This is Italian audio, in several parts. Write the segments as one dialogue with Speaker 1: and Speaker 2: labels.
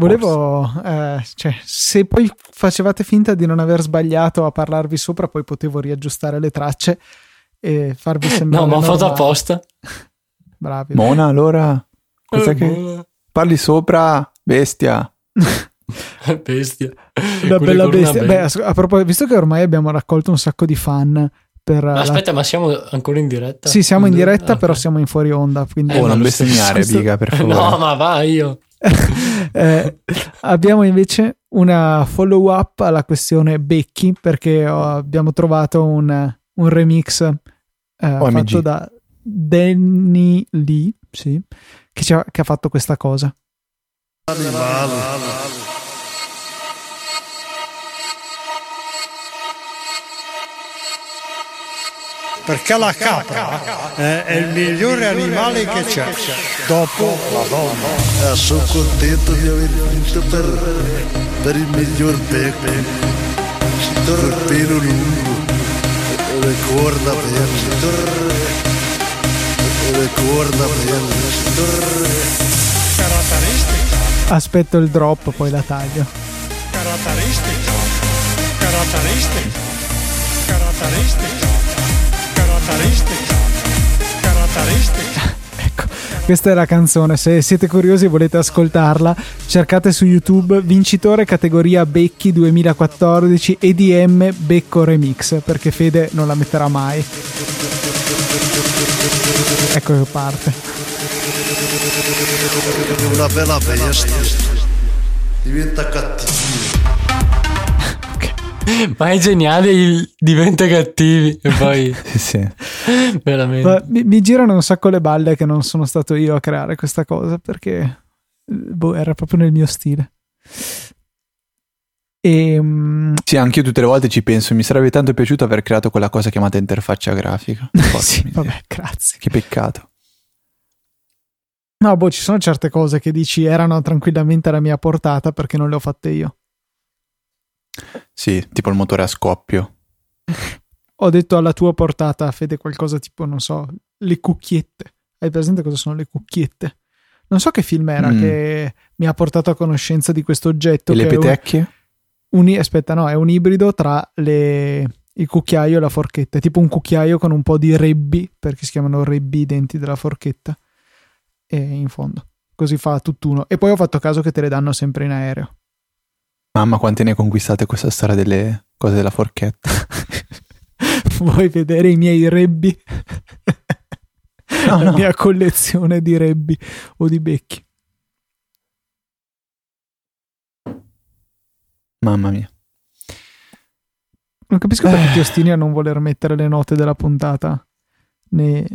Speaker 1: Volevo, eh, cioè, se poi facevate finta di non aver sbagliato a parlarvi sopra, poi potevo riaggiustare le tracce e farvi sembrare.
Speaker 2: No, ma ho fatto
Speaker 1: normali.
Speaker 2: apposta.
Speaker 1: Bravi.
Speaker 3: Mona, allora. cos'è
Speaker 1: Eh,
Speaker 3: che-
Speaker 1: boh.
Speaker 3: Parli sopra, bestia.
Speaker 2: Bestia.
Speaker 1: La
Speaker 2: Quelle
Speaker 1: bella
Speaker 2: corna
Speaker 1: bestia.
Speaker 2: belle.
Speaker 1: Beh, a- a proposito, visto che ormai abbiamo raccolto un sacco di fan per.
Speaker 2: Ma
Speaker 1: la-
Speaker 2: aspetta, ma siamo ancora in diretta?
Speaker 1: Sì, siamo in diretta,
Speaker 2: Ah,
Speaker 1: però
Speaker 2: ok.
Speaker 1: siamo in fuori onda. Quindi
Speaker 2: Eh,
Speaker 3: Oh,
Speaker 2: ma
Speaker 3: non
Speaker 2: lo stesso-
Speaker 3: bestemmiare,
Speaker 1: questo-
Speaker 3: biga, per favore.
Speaker 2: No, ma va io.
Speaker 1: Eh, abbiamo invece una follow up alla questione Becchi perché ho- abbiamo trovato un, un remix eh,
Speaker 3: OMG.
Speaker 1: fatto da Danny Lee sì, che, ci ha, che ha fatto questa cosa
Speaker 4: Perché la capra eh, è il migliore animale che c'è. Dopo la donna.
Speaker 5: Ah, sono contento di aver vinto per, per il miglior becco. Col pelo lungo e le corna belle. E le corna belle.
Speaker 4: Caratteristica,
Speaker 1: aspetto il drop poi la taglio
Speaker 4: caratteristica, caratteristica, caratteristica, caratteristica, caratteristica.
Speaker 1: ecco questa è la canzone se siete curiosi e volete ascoltarla cercate su youtube vincitore categoria Becchi 2014 EDM Becco Remix perché Fede non la metterà mai ecco che parte
Speaker 5: Una bella bestia. Diventa cattivo.
Speaker 2: Ma è geniale, il diventa cattivi e poi
Speaker 3: Sì, sì.
Speaker 2: veramente.
Speaker 1: Ma mi, mi girano un sacco le balle che non sono stato io a creare questa cosa perché eh, boh, era proprio nel mio stile. E, mm,
Speaker 3: Sì, anche io tutte le volte ci penso. Mi sarebbe tanto piaciuto aver creato quella cosa chiamata interfaccia grafica. Porca
Speaker 1: sì,
Speaker 3: miseria.
Speaker 1: vabbè, grazie.
Speaker 3: Che peccato.
Speaker 1: No, boh, ci sono certe cose che dici erano tranquillamente alla mia portata perché non le ho fatte io.
Speaker 3: Sì, tipo il motore a scoppio.
Speaker 1: Ho detto alla tua portata, Fede, qualcosa tipo, non so, le cucchiette. Hai presente cosa sono le cucchiette? Non so che film era
Speaker 3: Mm.
Speaker 1: che mi ha portato a conoscenza di questo oggetto.
Speaker 3: E le
Speaker 1: che è un-
Speaker 3: petecchie?
Speaker 1: un, i- aspetta, no, è un ibrido tra le- il cucchiaio e la forchetta. È tipo un cucchiaio con un po' di rebbi, perché si chiamano rebbi i denti della forchetta. E in fondo. Così fa tutt'uno. E poi ho fatto caso che te le danno sempre in aereo.
Speaker 3: Mamma, quante ne conquistate questa storia delle cose della forchetta?
Speaker 1: Vuoi vedere i miei rebbi?
Speaker 3: No,
Speaker 1: La
Speaker 3: no.
Speaker 1: mia collezione di rebbi o di becchi.
Speaker 3: Mamma mia.
Speaker 1: Non
Speaker 3: Eh.
Speaker 1: capisco perché ti ostini a non voler mettere le note della puntata nei,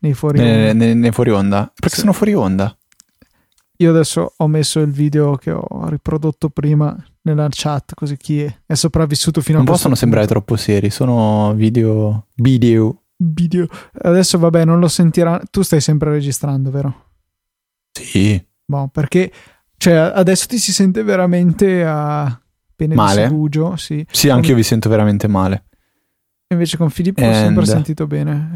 Speaker 1: nei fuori.
Speaker 3: Ne, ne- ne fuori onda? Perché
Speaker 1: Sì.
Speaker 3: sono fuori onda?
Speaker 1: Io adesso ho messo il video che ho riprodotto prima nella chat, così chi è, è sopravvissuto fino
Speaker 3: Non
Speaker 1: a questo
Speaker 3: possono sembrare troppo seri. Sono video. Video.
Speaker 1: video. Adesso vabbè, non lo sentirà. Tu stai sempre registrando, vero?
Speaker 3: Sì.
Speaker 1: Boh, perché cioè, adesso ti si sente veramente a pene
Speaker 3: Male?
Speaker 1: di sugugio, sì.
Speaker 3: Sì, anche io vi sento veramente male.
Speaker 1: Invece con Filippo ho sempre
Speaker 3: And-
Speaker 1: sentito bene.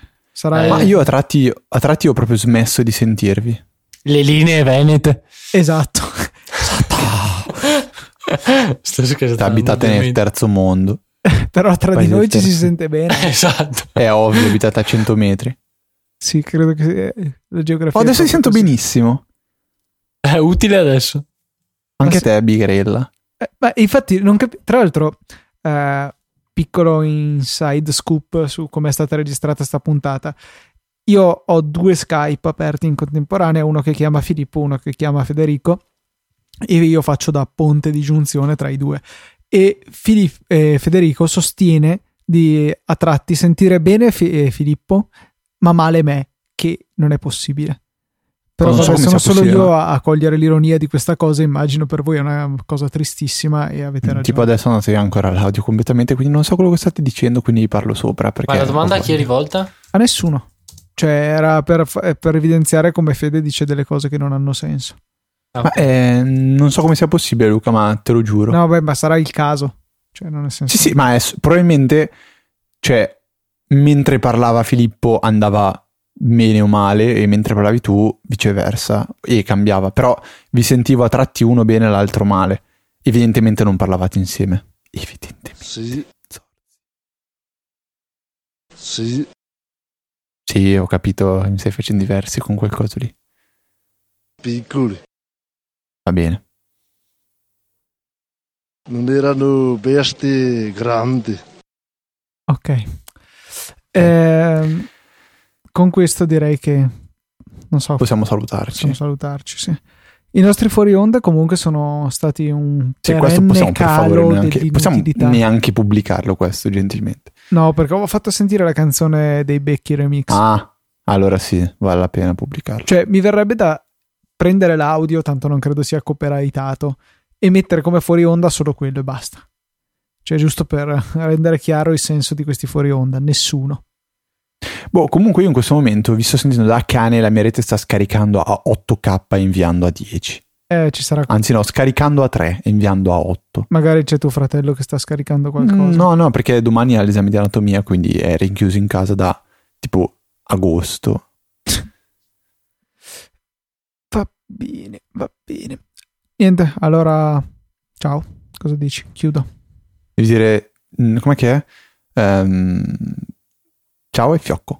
Speaker 1: Eh, sarà
Speaker 2: Eh.
Speaker 3: Ma io a tratti, a tratti ho proprio smesso di sentirvi.
Speaker 2: Le linee venete.
Speaker 1: esatto.
Speaker 2: Sto scherzando.
Speaker 3: Abitate nel
Speaker 2: ovviamente.
Speaker 3: terzo mondo.
Speaker 1: Però tra di
Speaker 3: Paese
Speaker 1: noi ci si
Speaker 3: terzo.
Speaker 1: sente bene.
Speaker 2: Esatto.
Speaker 3: È ovvio, abitate a 100 metri.
Speaker 1: Sì, credo che eh, la geografia.
Speaker 3: Oh, adesso
Speaker 1: è
Speaker 3: ti sento
Speaker 1: proprio così.
Speaker 3: benissimo.
Speaker 2: È utile adesso.
Speaker 3: Anche
Speaker 1: Ma se-
Speaker 3: te, Bigrella.
Speaker 1: Eh, ma infatti, non capi- tra l'altro, eh, piccolo inside scoop su come è stata registrata sta puntata. Io ho due Skype aperti in contemporanea, uno che chiama Filippo, uno che chiama Federico, e io faccio da ponte di giunzione tra i due. E Fili- eh, Federico sostiene di a tratti sentire bene Fi- eh, Filippo, ma male me, che non è possibile. Però
Speaker 3: Non so
Speaker 1: vabbè, sono
Speaker 3: come sia
Speaker 1: solo io
Speaker 3: possibile.
Speaker 1: a, a cogliere l'ironia di questa cosa, immagino per voi è una cosa tristissima e avete ragione.
Speaker 3: Mm, Tipo adesso non si ha ancora l'audio completamente, quindi non so quello che state dicendo, quindi vi parlo sopra. Perché
Speaker 2: Ma la domanda a
Speaker 3: ho
Speaker 2: chi è rivolta?
Speaker 1: A nessuno. Cioè era per, fa- eh, per evidenziare come Fede dice delle cose che non hanno senso.
Speaker 3: Ma, eh, non so come sia possibile, Luca, ma te lo giuro.
Speaker 1: No, beh, ma sarà il caso. Cioè non è senso.
Speaker 3: Sì, sì, ma è s- probabilmente, cioè, mentre parlava Filippo andava bene o male e mentre parlavi tu viceversa e cambiava, però vi sentivo a tratti uno bene e l'altro male. Evidentemente non parlavate insieme. Evidentemente.
Speaker 5: Sì. Sì.
Speaker 3: Sì, ho capito, mi stai facendo diversi con quel coso lì.
Speaker 5: Piccoli.
Speaker 3: Va bene.
Speaker 5: Non erano bestie grandi.
Speaker 1: Ok.
Speaker 3: Eh.
Speaker 1: Ehm, con questo direi che non so,
Speaker 3: Possiamo salutarci.
Speaker 1: possiamo salutarci, sì. I nostri fuori onda comunque sono stati un
Speaker 3: Sì, questo
Speaker 1: perenne
Speaker 3: possiamo per favore
Speaker 1: calo
Speaker 3: neanche, possiamo
Speaker 1: dell'inutilità.
Speaker 3: neanche pubblicarlo questo gentilmente.
Speaker 1: No, perché avevo fatto sentire la canzone dei Becchi Remix.
Speaker 3: Ah, allora sì, vale la pena pubblicarlo.
Speaker 1: Cioè, mi verrebbe da prendere l'audio, tanto non credo sia copyrightato, e mettere come fuori onda solo quello e basta. Cioè, giusto per rendere chiaro il senso di questi fuori onda, nessuno.
Speaker 3: Boh, comunque io in questo momento vi sto sentendo da cane e la mia rete sta scaricando a 8k e inviando a 10.
Speaker 1: Eh, ci sarà
Speaker 3: Anzi no, scaricando a 3 e inviando a 8.
Speaker 1: Magari c'è tuo fratello che sta scaricando qualcosa.
Speaker 3: No, no, perché domani ha l'esame di anatomia, quindi è rinchiuso in casa da tipo agosto.
Speaker 1: Va bene, va bene. Niente, allora ciao. Cosa dici? Chiudo.
Speaker 3: Devi dire, mm, com'è che è? Ehm, ciao e fiocco.